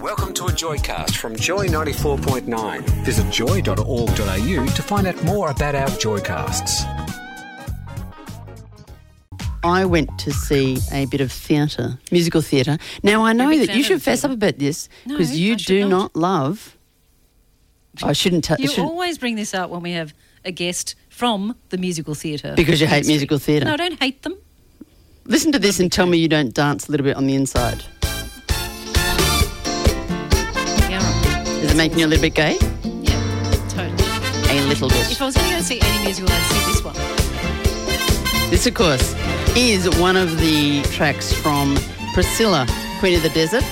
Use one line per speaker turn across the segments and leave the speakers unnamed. Welcome to a Joycast from Joy 94.9.
Visit joy.org.au to find out more about our Joycasts.
I went to see a bit of theatre, musical theatre. Now I know
big
that
fan
you
of
should fess
theatre.
up about this
No,
because you
I should
do not.
not.
love. I shouldn't tell
You
should,
always bring this up when we have a guest from the musical theatre.
because you hate
industry.
musical theatre.
No, I don't hate them.
Listen to this and tell me you don't dance a little bit on the inside.
Yeah, right.
Is it making you a little bit gay?
yeah, totally.
A little bit.
If I was going to go see any musical, I'd see this one.
This, of course, is one of the tracks from Priscilla, Queen of the Desert.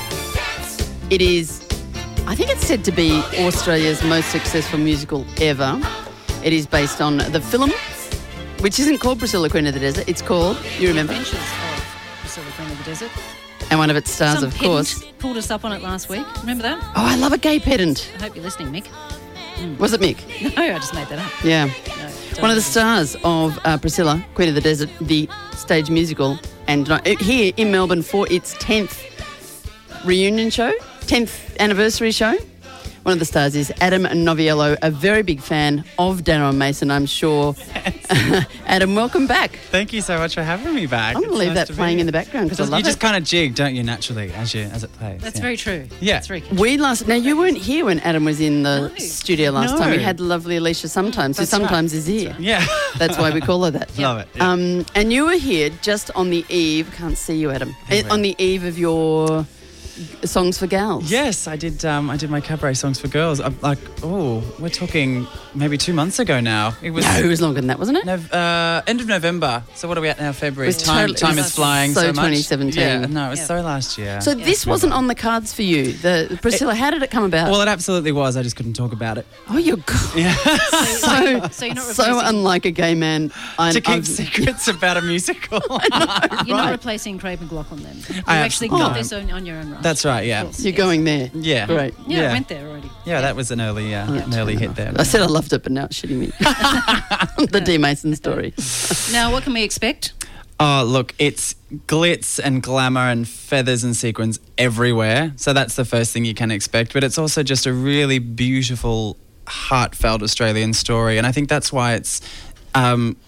It is, I think it's said to be Australia's most successful musical ever. It is based on the film, which isn't called Priscilla, Queen of the Desert. It's called, you remember,
Adventures of Priscilla Queen of the Desert.
and one of its stars,
Some
of course.
pedant pulled us up on it last week. Remember that?
Oh, I love a gay pedant.
I hope you're listening, Mick.
Was it Mick?
No, I just made that up.
Yeah.
No,
One of the
don't.
stars of uh, Priscilla, Queen of the Desert, the stage musical, and uh, here in Melbourne for its 10th reunion show, 10th anniversary show. One of the stars is Adam Noviello, a very big fan of Dano and Mason, I'm sure. Adam, welcome back.
Thank you so much for having me back.
I'm going to
It's
leave
nice
that
to be
playing
here.
in the background because I
Just-
love
you just
it.
kind of jig, don't you, naturally, as you as it plays.
That's
yeah.
very true.
Yeah.
That's very true.
We last now you weren't here when Adam was in the
No.
studio last time. We
No.
had lovely Alicia sometimes, who
That's right.
sometimes is here.
Yeah.
That's why we call her that.
Love it, yeah.
Um, and you were here just on the eve, can't see you, Adam, eh,
we are.
on the eve of your Songs for Gals.
yes, I did. Um, I did my cabaret songs for girls. I'm like, oh, we're talking maybe two months ago now. It was.
No, it was longer than that, wasn't it?
Nov- uh, end of November. So what are we at now? February.
It's
time
totally-
time
it's
is flying
so
so, much.
2017.
Yeah, no, it was
Yeah.
so last year.
So this wasn't on the cards for you. The, the Priscilla, how did it come about?
well, it absolutely was. I just couldn't talk about it.
oh, you're God. so
So you're not
so
replacing,
unlike a gay man. I,
to keep
I've-
secrets about a musical.
you're not
right.
replacing Craig McLaughlin then. You
I
actually
absolutely-
got
no.
this on, on your own right.
That's right, yeah.
Of course,
You're
yes.
going there.
Yeah.
Great.
Yeah,
Yeah.
I went there already.
Yeah, that was an early, uh, an early hit there.
I said I loved it, but now it's shitting me. the D Mason story.
Now, what can we expect?
Oh, look, it's glitz and glamour and feathers and sequins everywhere. So that's the first thing you can expect. But it's also just a really beautiful, heartfelt Australian story. And I think that's why it's. Um,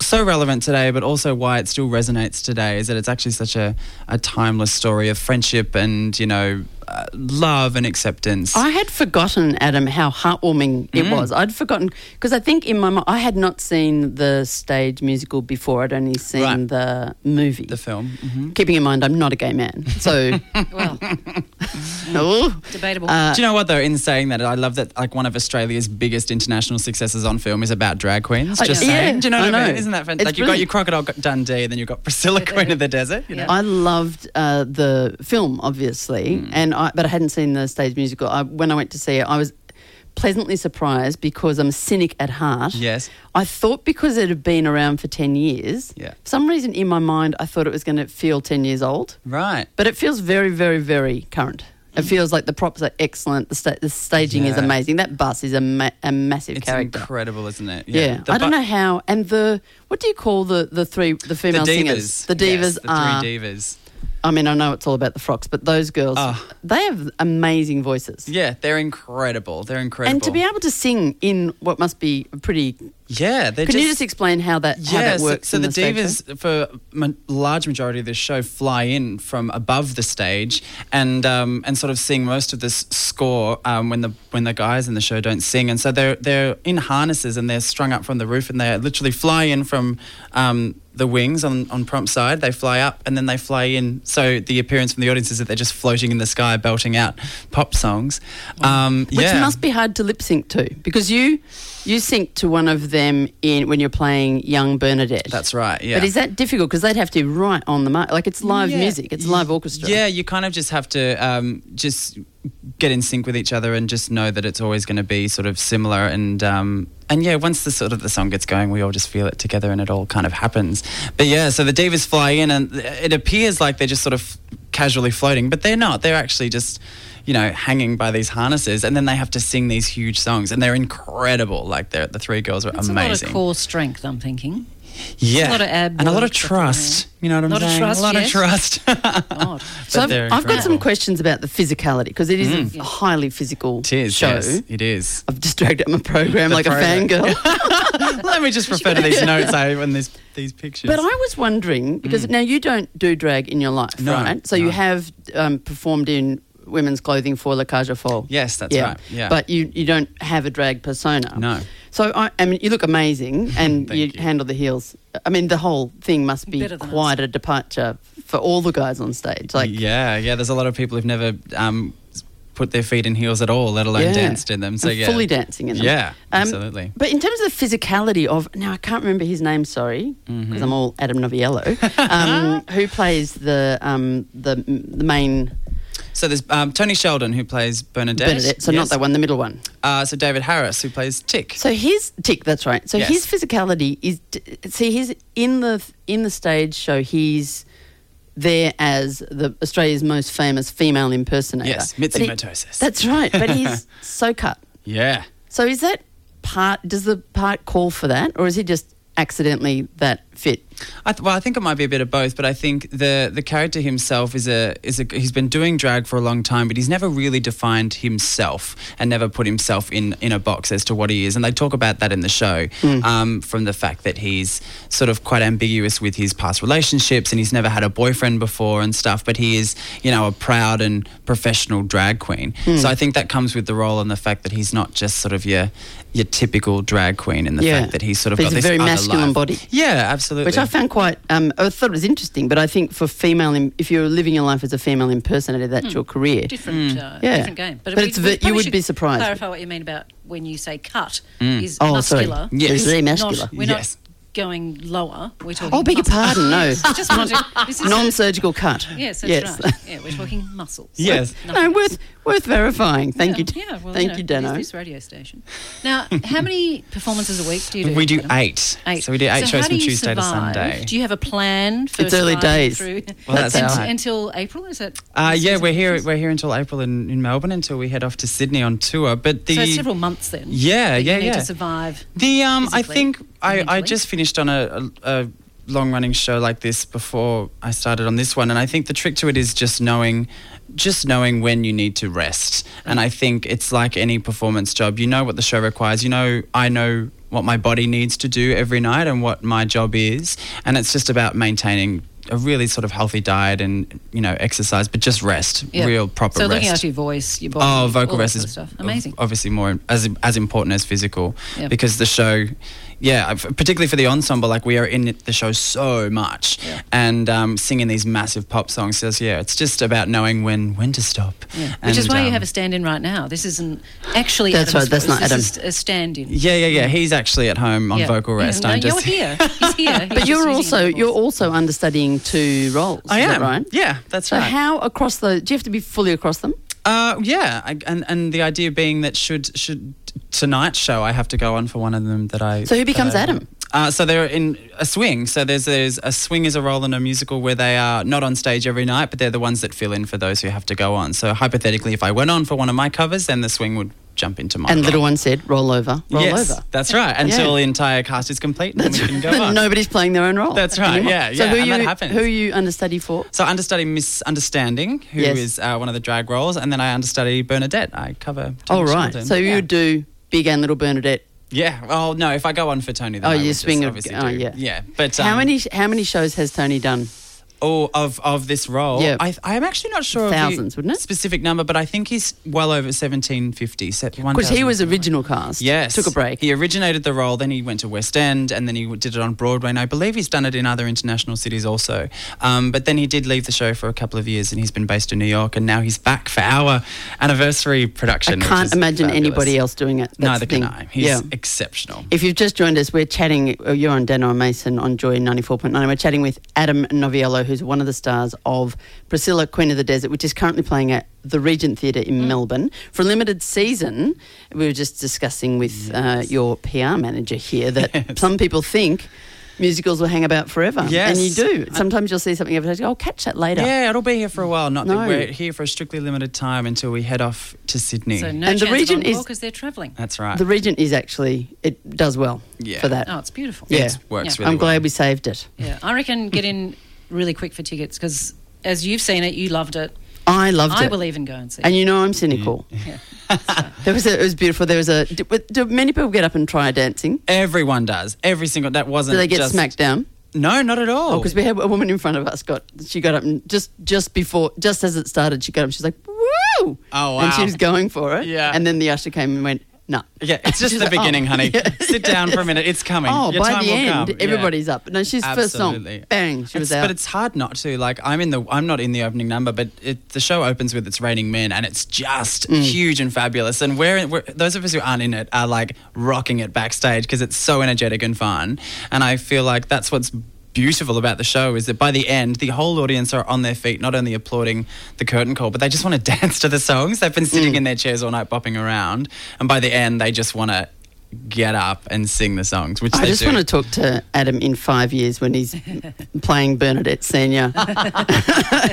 so relevant today, but also why it still resonates today is that it's actually such a, a timeless story of friendship and, you know, uh, love and acceptance.
I had forgotten, Adam, how heartwarming
Mm.
it was. I'd forgotten because I think in my mind I had not seen the stage musical before. I'd only seen
Right.
the movie.
the mm-hmm. film.
Keeping in mind, I'm not a gay man, so
Well,
oh,
debatable.
Do you know what though? In saying that, I love that like one of Australia's biggest international successes on film is about drag queens.
I-
Just
Oh, yeah,
saying. Do you know
I
what I mean?
know.
Isn't that
It's
fantastic? Like you've got your
brilliant.
Crocodile Dundee, and then you've got Priscilla, Queen of the Desert. You know?
Yeah.
I loved uh, the film, obviously,
Mm.
and I, but I hadn't seen the stage musical. I, when I went to see it, I was pleasantly surprised because I'm a cynic at heart.
Yes.
I thought because it had been around for ten years.
Yeah.
For some reason in my mind, I thought it was going to feel ten years old.
Right.
But it feels very, very, very current. It feels like the props are excellent. The, sta- the staging is
Yeah.
amazing. That bus is a, ma- a massive
It's
character.
incredible, isn't it?
Yeah,
The
I don't
bu-
know how. And the what do you call the the three the
The
female
divas.
singers? The divas
Yes, the three
are.
divas.
I mean, I know it's all about the frocks, but those girls,
Ah.
they have amazing voices.
Yeah, they're incredible. They're incredible.
And to be able to sing in what must be a pretty.
yeah, they're
Can
just,
you just explain how that how that
so-
works?
So,
in
the,
stage show?
divas, for ma- large majority of the show, fly in from above the stage and um, and sort of sing most of this score um, when the when the guys in the show don't sing, and so they're they're in harnesses and they're strung up from the roof, and they literally fly in from. Um, the wings on, on prompt side, they fly up and then they fly in. So the appearance from the audience is that they're just floating in the sky, belting out pop songs. Um,
Which
yeah.
must be hard to lip sync to because you you sync to one of them in when you're playing Young Bernadette.
That's right, yeah.
But is that difficult because they'd have to be right on the mark? Like it's live
Yeah.
music, it's live orchestra.
Yeah, you kind of just have to um, just get in sync with each other and just know that it's always going to be sort of similar. And um, and yeah, once the sort of the song gets going, we all just feel it together, and it all kind of happens. But yeah, so the divas fly in, and it appears like they're just sort of casually floating, but they're not. They're actually just. You know, hanging by these harnesses, and then they have to sing these huge songs, and they're incredible. Like, they're, the three girls are
That's a lot
amazing.
of core strength, I'm thinking. A
Yeah.
lot of ab
and a lot of
work, definitely.
trust. You know what I'm
Lot of
saying?
trust,
a lot
yes.
of trust.
God.
So I've,
they're
I've got some
incredible. Mm.
questions about the physicality because it is a highly physical
it is.
show.
Yes, it is.
I've just dragged out my program like
program.
a fangirl.
Let me just refer to these notes I have and these these pictures. Mm.
but I was wondering because now you don't do drag in your life,
No,
right? So you have um, performed in women's clothing for La Cage aux Folles.
Yes, that's right, yeah.
But you, you don't have a drag persona.
No.
So I, I mean, you look amazing and
Thank
you,
you.
handle the heels. I mean, the whole thing must be
Better than
quite a departure for all the guys on stage. Like,
yeah, yeah. There's a lot of people who've never um, s- put their feet in heels at all, let alone
Yeah.
danced in them. So
And
yeah,
fully dancing in them.
Yeah,
Um,
absolutely.
But in terms of the physicality of now, I can't remember his name. Sorry, because
Mm-hmm.
I'm all Adam Noviello, um, who plays the um, the the main
So there's um, Tony Sheldon who plays Bernadette.
Bernadette. So not
Yes.
that one, the middle one.
Uh, so David Harris who plays Tick.
So his tick. That's right. So
Yes.
his physicality is d- see he's in the in the stage show. He's there as the Australia's most famous female impersonator.
Yes,
But
Mitzi
he-
Matosis.
That's right. But he's so cut.
yeah.
So is that part? Does the part call for that, or is he just accidentally that fit?
I th- well, I think it might be a bit of both, but I think the the character himself is a is a he's been doing drag for a long time, but he's never really defined himself and never put himself in in a box as to what he is. And they talk about that in the show,
Mm.
um, from the fact that he's sort of quite ambiguous with his past relationships and he's never had a boyfriend before and stuff. But he is, you know, a proud and professional drag queen.
Mm.
So I think that comes with the role and the fact that he's not just sort of your your typical drag queen, and the
Yeah.
fact that he's sort of
But he's
got
a
this
very
other
masculine
life.
body.
Yeah, absolutely.
Which I found quite. Um, I thought it was interesting, but I think for female, im- if you're living your life as a female impersonator,
Hmm.
that's your career.
Different, uh,
Yeah.
different game.
But it's ve- you
probably
would
should
be surprised.
Clarify what you mean about when you say cut is
Oh, sorry.
muscular.
Yes.
It's very
Not-
muscular.
we're
Yes.
not going lower. We're talking.
Oh, beg your
muscle.
pardon, no.
I just wanted to- this is-
Non-surgical cut.
Yes, that's right. Yeah, we're talking muscles.
Yes.
No, worth worth verifying. Thank you.
Yeah, yeah, well,
Thank
know,
you,
it is
Dano.
This radio station. Now, how many performances a week do you do?
We do
Adam?
eight.
Eight.
So we do eight
how
shows
do
from
you
Tuesday to
survive?
Sunday.
Do you have a plan for
It's early
surviving
days.
Through
Well, that's
Unt-
our-
until April, is it?
Uh,
this
yeah,
season?
we're here. We're here until April in, in Melbourne until we head off to Sydney on tour. But the
So it's several months then.
Yeah,
that
yeah,
you need
yeah.
To survive.
The um, I
physically,
think I, I
mentally?
just finished on a, a, a long running show like this before I started on this one, and I think the trick to it is just knowing, just knowing when you need to rest. And I think it's like any performance job. You know what the show requires. You know, I know what my body needs to do every night and what my job is, and it's just about maintaining a really sort of healthy diet and you know exercise, but just rest,
Yeah.
real proper
So
rest.
looking after your voice, your body.
Oh, vocal
all that
rest
sort
is
of stuff.
ob-
amazing.
Obviously, more as as important as physical
Yeah.
because the show, yeah, f- particularly for the ensemble, like we are in the show so much
Yeah.
and um, singing these massive pop songs. So it's- yeah, it's just about knowing when when to stop.
Yeah.
And,
Which is why you
um,
have a stand-in right now. This isn't actually.
That's
Adam's
right, that's
voice.
not
This is a stand-in.
Yeah, yeah, yeah. He's actually at home on
Yeah.
vocal
Yeah,
rest.
no,
I'm just
you're here. He's here. He's
But
just
you're
using
also
your voice.
you're also understudying two roles.
I
is
am.
that right?
Yeah, that's
So
right.
how across those? Do you have to be fully across them?
Uh, yeah, I, and and the idea being that should should tonight's show, I have to go on for one of them that I.
So who
that
becomes
I-
Adam?
Uh, so they're in a swing. So there's there's a swing is a role in a musical where they are not on stage every night, but they're the ones that fill in for those who have to go on. So hypothetically, if I went on for one of my covers, then the swing would jump into my.
And
role.
little one said, "Roll over, roll
yes,
over."
that's right. Until the entire cast is complete, and we can go on.
Nobody's playing their own role.
That's right, yeah,
So
yeah,
who
and
you
that happens.
who you understudy for?
So I understudy Miss Understanding, who
Yes.
is uh, one of the drag roles, and then I understudy Bernadette. I cover.
Oh
Tony
right.
Sheldon.
So
Yeah.
you do Big and Little Bernadette.
Yeah. Well, no. If I go on for Tony, then
Oh,
I
you
would just
swing of-
obviously
oh,
do-
yeah.
Yeah. But um,
how many how many shows has Tony done?
Oh, of of this role,
Yeah.
I I am actually not sure.
Thousands,
of the
wouldn't it?
Specific number, but I think he's well over seventeen fifty.
Because he was original cast.
Yes.
Took a break.
He originated the role, then he went to West End, and then he did it on Broadway. And I believe he's done it in other international cities also. Um, but then he did leave the show for a couple of years, and he's been based in New York, and now he's back for our anniversary
I
production. which
can't
is
imagine
fabulous.
anybody else doing it. That's the
Neither
thing.
can I. He's
yeah.
exceptional.
If you've just joined us, we're chatting. oh, You're on Dano and Mason on Joy 94.9. We're chatting with Adam Noviello, who's one of the stars of Priscilla, Queen of the Desert, which is currently playing at the Regent Theatre in
Mm.
Melbourne for a limited season. We were just discussing with uh, your PR manager here that some people think musicals will hang about forever.
Yes.
And you do. Sometimes you'll see something advertised, you go, I'll catch that later.
Yeah, it'll be here for a while. Not
No.
that we're here for a strictly limited time until we head off to Sydney.
So no
And the
chance
region
of on
is-
because they're travelling.
That's right.
The Regent is actually, it does well
Yeah.
for that.
Oh, it's beautiful.
Yeah.
It works
Yeah.
really
I'm glad
well.
we saved it.
Yeah, I reckon get in really quick for tickets because as you've seen it, you loved it.
I loved
I
it.
will even go and see. Mm.
And you know I'm cynical.
Yeah.
There was a, it was beautiful. There was a. Do, do many people get up and try dancing?
Everyone does. Every single. That wasn't.
Do they get
just-
smacked down?
No, not at all.
Because we had a woman in front of us got she got up and just just before just as it started she got up she's like woo
Oh,
and she
wow.
was going for it
Yeah.
and then the usher came and went no
yeah, it's just
She's
the
like,
beginning,
"Oh,
honey.
yeah."
Sit down for a minute. It's coming.
oh
Your
by
time
the
will
end
come. Yeah.
everybody's up no she's first song bang she was
It's-
out
But it's hard not to like. I'm in the. I'm not in the opening number, but it, the show opens with "It's Raining Men" and it's just
Mm.
huge and fabulous. And we're, we're those of us who aren't in it are like rocking it backstage because it's so energetic and fun. And I feel like that's what's beautiful about the show is that by the end the whole audience are on their feet not only applauding the curtain call but they just want to dance to the songs they've been sitting
Mm.
in their chairs all night bopping around and by the end they just want to get up and sing the songs which
I
they
just
do.
want to talk to Adam in five years when he's playing Bernadette Senior.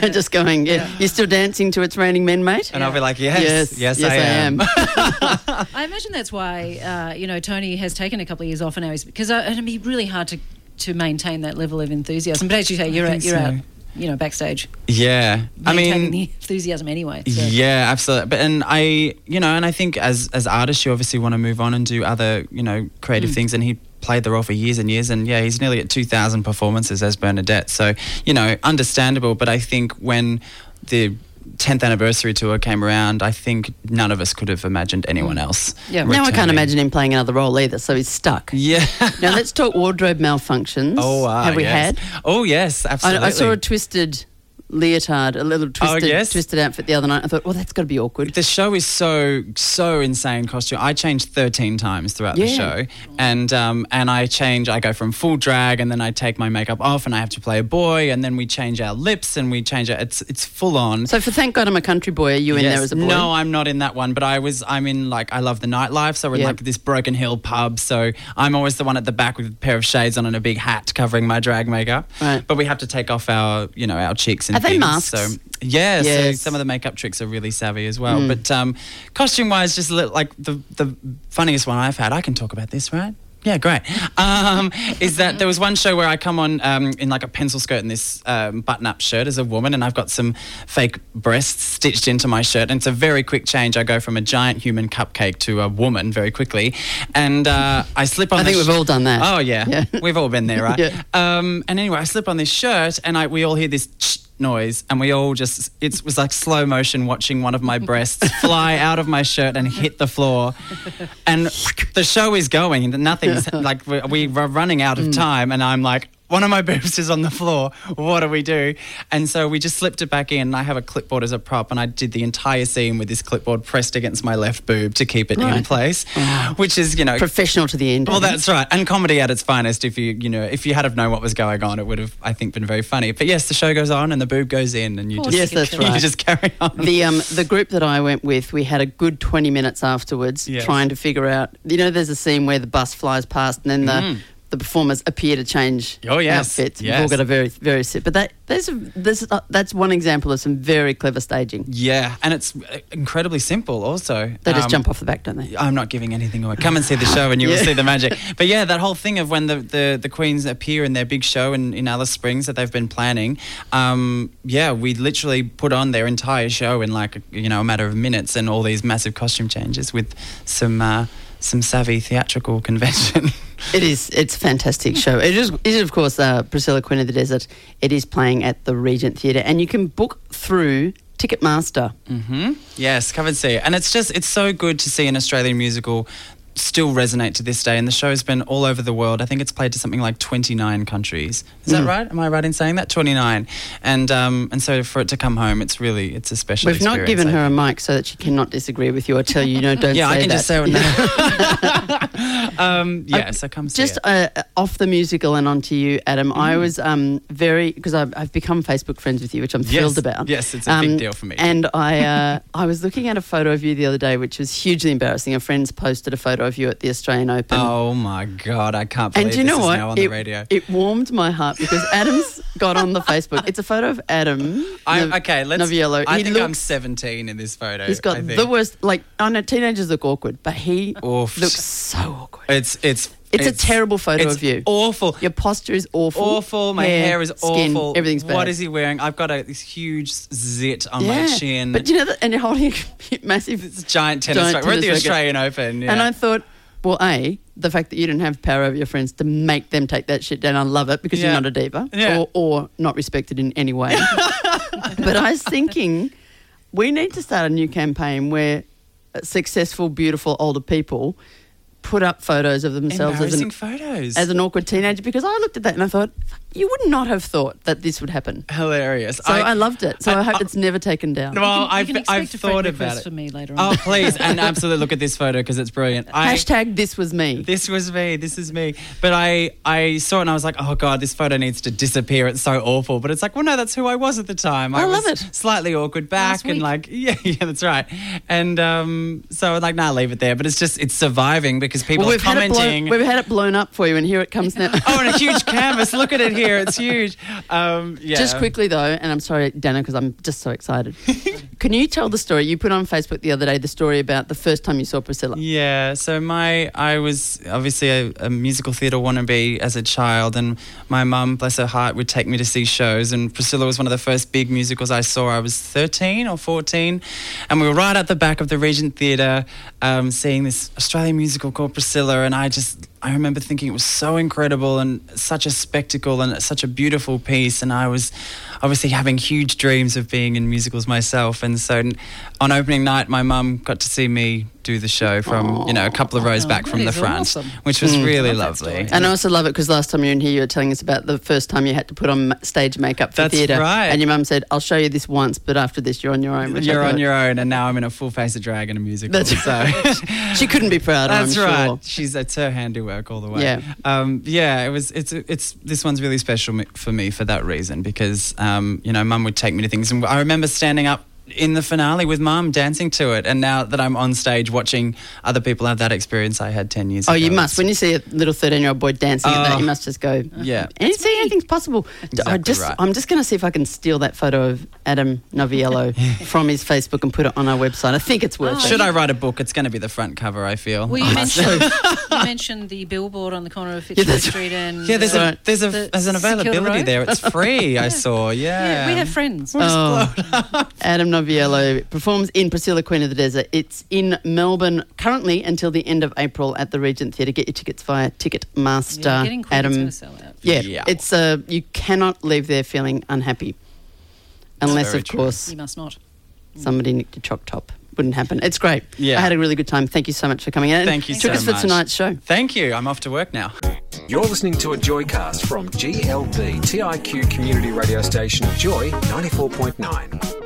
just going, yeah, you're still dancing to It's Raining Men, mate?
and I'll be like yes yes, I, am.
I imagine that's why uh, you know Tony has taken a couple of years off now, because uh, it'd be really hard to to maintain that level of enthusiasm. But as you say, you're out,
think
you're
so.
out, you know, backstage.
Yeah, I
maintaining
mean,
the enthusiasm anyway. so-
yeah, absolutely. But and I, you know, and I think as as artists, you obviously want to move on and do other, you know, creative
Mm.
things. And he played the role for years and years. And yeah, he's nearly at two thousand performances as Bernadette. So you know, understandable. But I think when the 10th anniversary tour came around, I think none of us could have imagined anyone else.
Yeah.
Mm. Now I can't
returning.
imagine him playing another role either, so he's stuck.
Yeah.
Now let's talk wardrobe malfunctions.
Oh, ah,
have we
yes.
had?
Oh, yes, absolutely. Oh,
I, I saw a twisted leotard, a little twisted,
yes?
twisted outfit the other night. I thought, well, that's got to be awkward.
The show is so so insane costume. I changed thirteen times throughout the
Yeah.
show, and um, and I change. I go from full drag, and then I take my makeup off, and I have to play a boy, and then we change our lips, and we change our. It's it's full on.
so for thank God I'm a country boy. Are you in there as a boy?
No, I'm not in that one, but I was. I'm in like I love the nightlife, so we're
Yeah.
in like this Broken Hill pub. So I'm always the one at the back with a pair of shades on and a big hat covering my drag makeup.
Right.
But we have to take off our, you know, our cheeks and
Are they
things.
masks?
So yeah, so
Yes. Mm.
some of the makeup tricks are really savvy as well. But um, costume wise, just li- like the the funniest one I've had. I can talk about this, right? Yeah, great. Um, is that there was one show where I come on um, in like a pencil skirt and this um, button-up shirt as a woman, and I've got some fake breasts stitched into my shirt, and it's a very quick change. I go from a giant human cupcake to a woman very quickly, and uh, I slip on.
I
the
think
sh-
we've all done that.
Oh yeah,
Yeah.
we've all been there, right?
Yeah.
Um, and anyway, I slip on this shirt, and I, we all hear this ch noise, and we all just it was like slow motion watching one of my breasts fly out of my shirt and hit the floor, and the show is going, and nothing's like we, we were running out
Mm.
of time, and I'm like. One of my boobs is on the floor. What do we do? And so we just slipped it back in. And I have a clipboard as a prop, and I did the entire scene with this clipboard pressed against my left boob to keep it in
Right.
place, which is you know
Professional to the end.
well, that's right. And comedy at its finest. If you, you know, if you had have known what was going on, it would have, I think, been very funny. But yes, the show goes on and the boob goes in, and you
Of
just,
Yes, that's
you
right.
just carry on.
the um the group that I went with, we had a good twenty minutes afterwards
Yes.
trying to figure out. You know, there's a scene where the bus flies past, and then the the performers appear to change
Mm-hmm. Oh, yes,
outfits. We've all
yes.
got a very very set. But that there's a, there's a, that's one example of some very clever staging.
yeah, and it's uh, incredibly simple. Also,
They just
Um,
jump off the back, don't they?
I'm not giving anything away. Come and see the show, and you
Yeah.
will see the magic. But yeah, that whole thing of when the, the, the queens appear in their big show in, in Alice Springs that they've been planning. Um, yeah, we literally put on their entire show in like you know a matter of minutes, and all these massive costume changes with some uh, some savvy theatrical convention.
It is. It's a fantastic show. It is, it is of course, uh, Priscilla Queen of the Desert. It is playing at the Regent Theatre, and you can book through Ticketmaster.
Mm. Hmm? Yes, come and see it. And it's just, it's so good to see an Australian musical still resonate to this day. And the show's been all over the world. I think it's played to something like 29 countries. Is
Hmm.
that right? Am I right in saying that? 29. And um, and so for it to come home, it's really, it's a special
We've not
experience,
given
I
her a mic so that she cannot disagree with you or tell you, no, don't
think. Yeah,
say
I can
that.
just say oh, it now. um, yeah, so come see
Just
it. Mm-hmm.
uh, off the musical and onto you, Adam. I was um, very because I've, I've become Facebook friends with you, which I'm thrilled about. Um,
yes, it's a big deal for me.
And I uh, I was looking at a photo of you the other day, which was hugely embarrassing. A friend's posted a photo photo of you at the Australian Open.
Oh my god, I can't believe
And do you
this
know
is
what?
now on
it,
the radio.
it warmed my heart because Adam's got on the Facebook. It's a photo of Adam.
I'm,
Nov-
okay, let's.
Noviello.
I
he
think I'm
looks-
17 in this photo.
He's
I
got
think.
the worst. Like, I know teenagers look awkward, but he
Oof.
looks so awkward.
It's it's
It's a terrible photo
it's
of you.
Awful.
Your posture is awful.
Awful. My hair, is
skin,
awful.
Everything's bad.
What is he wearing? I've got a this huge zit on my chin.
But you know, that, and you're holding a massive
it's a giant tennis
giant
racket. We're at the
tennis racket.
Australian Open. Yeah.
And I thought, well, A, the fact that you didn't have power over your friends to make them take that shit down, I love it because
Yeah.
you're not a diva
Yeah.
or, or not respected in any way. but I was thinking, we need to start a new campaign where successful, beautiful, older people put up photos of themselves as
Embarrassing
an,
photos.
as an awkward teenager because I looked at that and I thought, you would not have thought that this would happen.
Hilarious.
So I, loved it. So I, hope
I-
it's never taken down.
Well,
You can- you
I've,
can expect
I've
a friend
thought about
request
it.
for me later
Oh,
on.
please. And absolutely look at this photo because it's brilliant. I-
Hashtag this was me.
this was me. This is me. But I, I saw it and I was like, oh God, this photo needs to disappear. It's so awful. But it's like, well, no, that's who I was at the time. I,
I love
was
it.
Slightly awkward back
Last
and
week.
like, yeah, yeah, that's right. And um, so I'm like, nah, leave it there. But it's just, it's surviving because people
Well,
are
we've, had it blown,
commenting.
we've had it blown up for you, and here it comes now.
oh, and a huge canvas. Look at it here. It's huge. Um, yeah.
Just quickly though, and I'm sorry, Dana, because I'm just so excited. Can you tell the story you put on Facebook the other day? The story about the first time you saw Priscilla.
Yeah, so my I was obviously a, a musical theatre wannabe as a child, and my mum, bless her heart, would take me to see shows. And Priscilla was one of the first big musicals I saw. I was thirteen or fourteen, and we were right at the back of the Regent Theatre, um, seeing this Australian musical called Priscilla. And I just I remember thinking it was so incredible and such a spectacle and such a beautiful piece. And I was obviously having huge dreams of being in musicals myself. And so n- on opening night, my mum got to see me do the show from, you know, a couple of rows
Oh,
back
that
from the
is
front,
awesome.
which was really
Love that
lovely.
story.
And I also love it because last time you were in here, you were telling us about the first time you had to put on ma- stage makeup for
That's
theatre.
right.
And your mum said, "I'll show you this once, but after this, you're on your own." which I
You're on
thought-
your own, and now I'm in a full face of drag in a musical.
That's
so.
She couldn't be prouder.
That's
I'm
right.
Sure.
She's that's her handiwork all the way.
Yeah.
um, yeah. It was. It's. It's. This one's really special m- for me for that reason because um, you know, Mum would take me to things, and I remember standing up in the finale with Mum dancing to it, and now that I'm on stage watching other people have that experience I had ten years
Oh,
ago.
you must. When you see a little thirteen-year-old boy dancing at
Oh.
that, you must just go,
Yeah.
And see, anything's possible. D- I
Exactly
just,
right.
I'm just going to see if I can steal that photo of Adam Noviello from his Facebook and put it on our website. I think it's worth it.
Oh, Should I write a book? It's going to be the front cover. I feel.
Well,
I
you
must-
mentioned, you mentioned the billboard on the corner of Fitzroy
that's
Street and
Oh, Yeah, there's
uh,
a there's a
the
there's an
St Kilda
availability
Road.
there. It's free. I saw. Yeah.
Yeah, we have friends.
Oh. Adam Noviello performs in Priscilla, Queen of the Desert. It's in Melbourne currently until the end of April at the Regent Theatre. Get your tickets via Ticketmaster.
Yeah, getting Queen's
Adam,
gonna sell out.
yeah,
Yeah.
it's uh, you cannot leave there feeling unhappy, unless
very
of
true.
course
You must not.
somebody nicked your chalk top. Wouldn't happen. It's great.
Yeah.
I had a really good time. Thank you so much for coming in.
Thank you
Took
so
us for
much.
tonight's show.
Thank you. I'm off to work now.
You're listening to a Joycast from GLB TIQ community radio station Joy 94.9.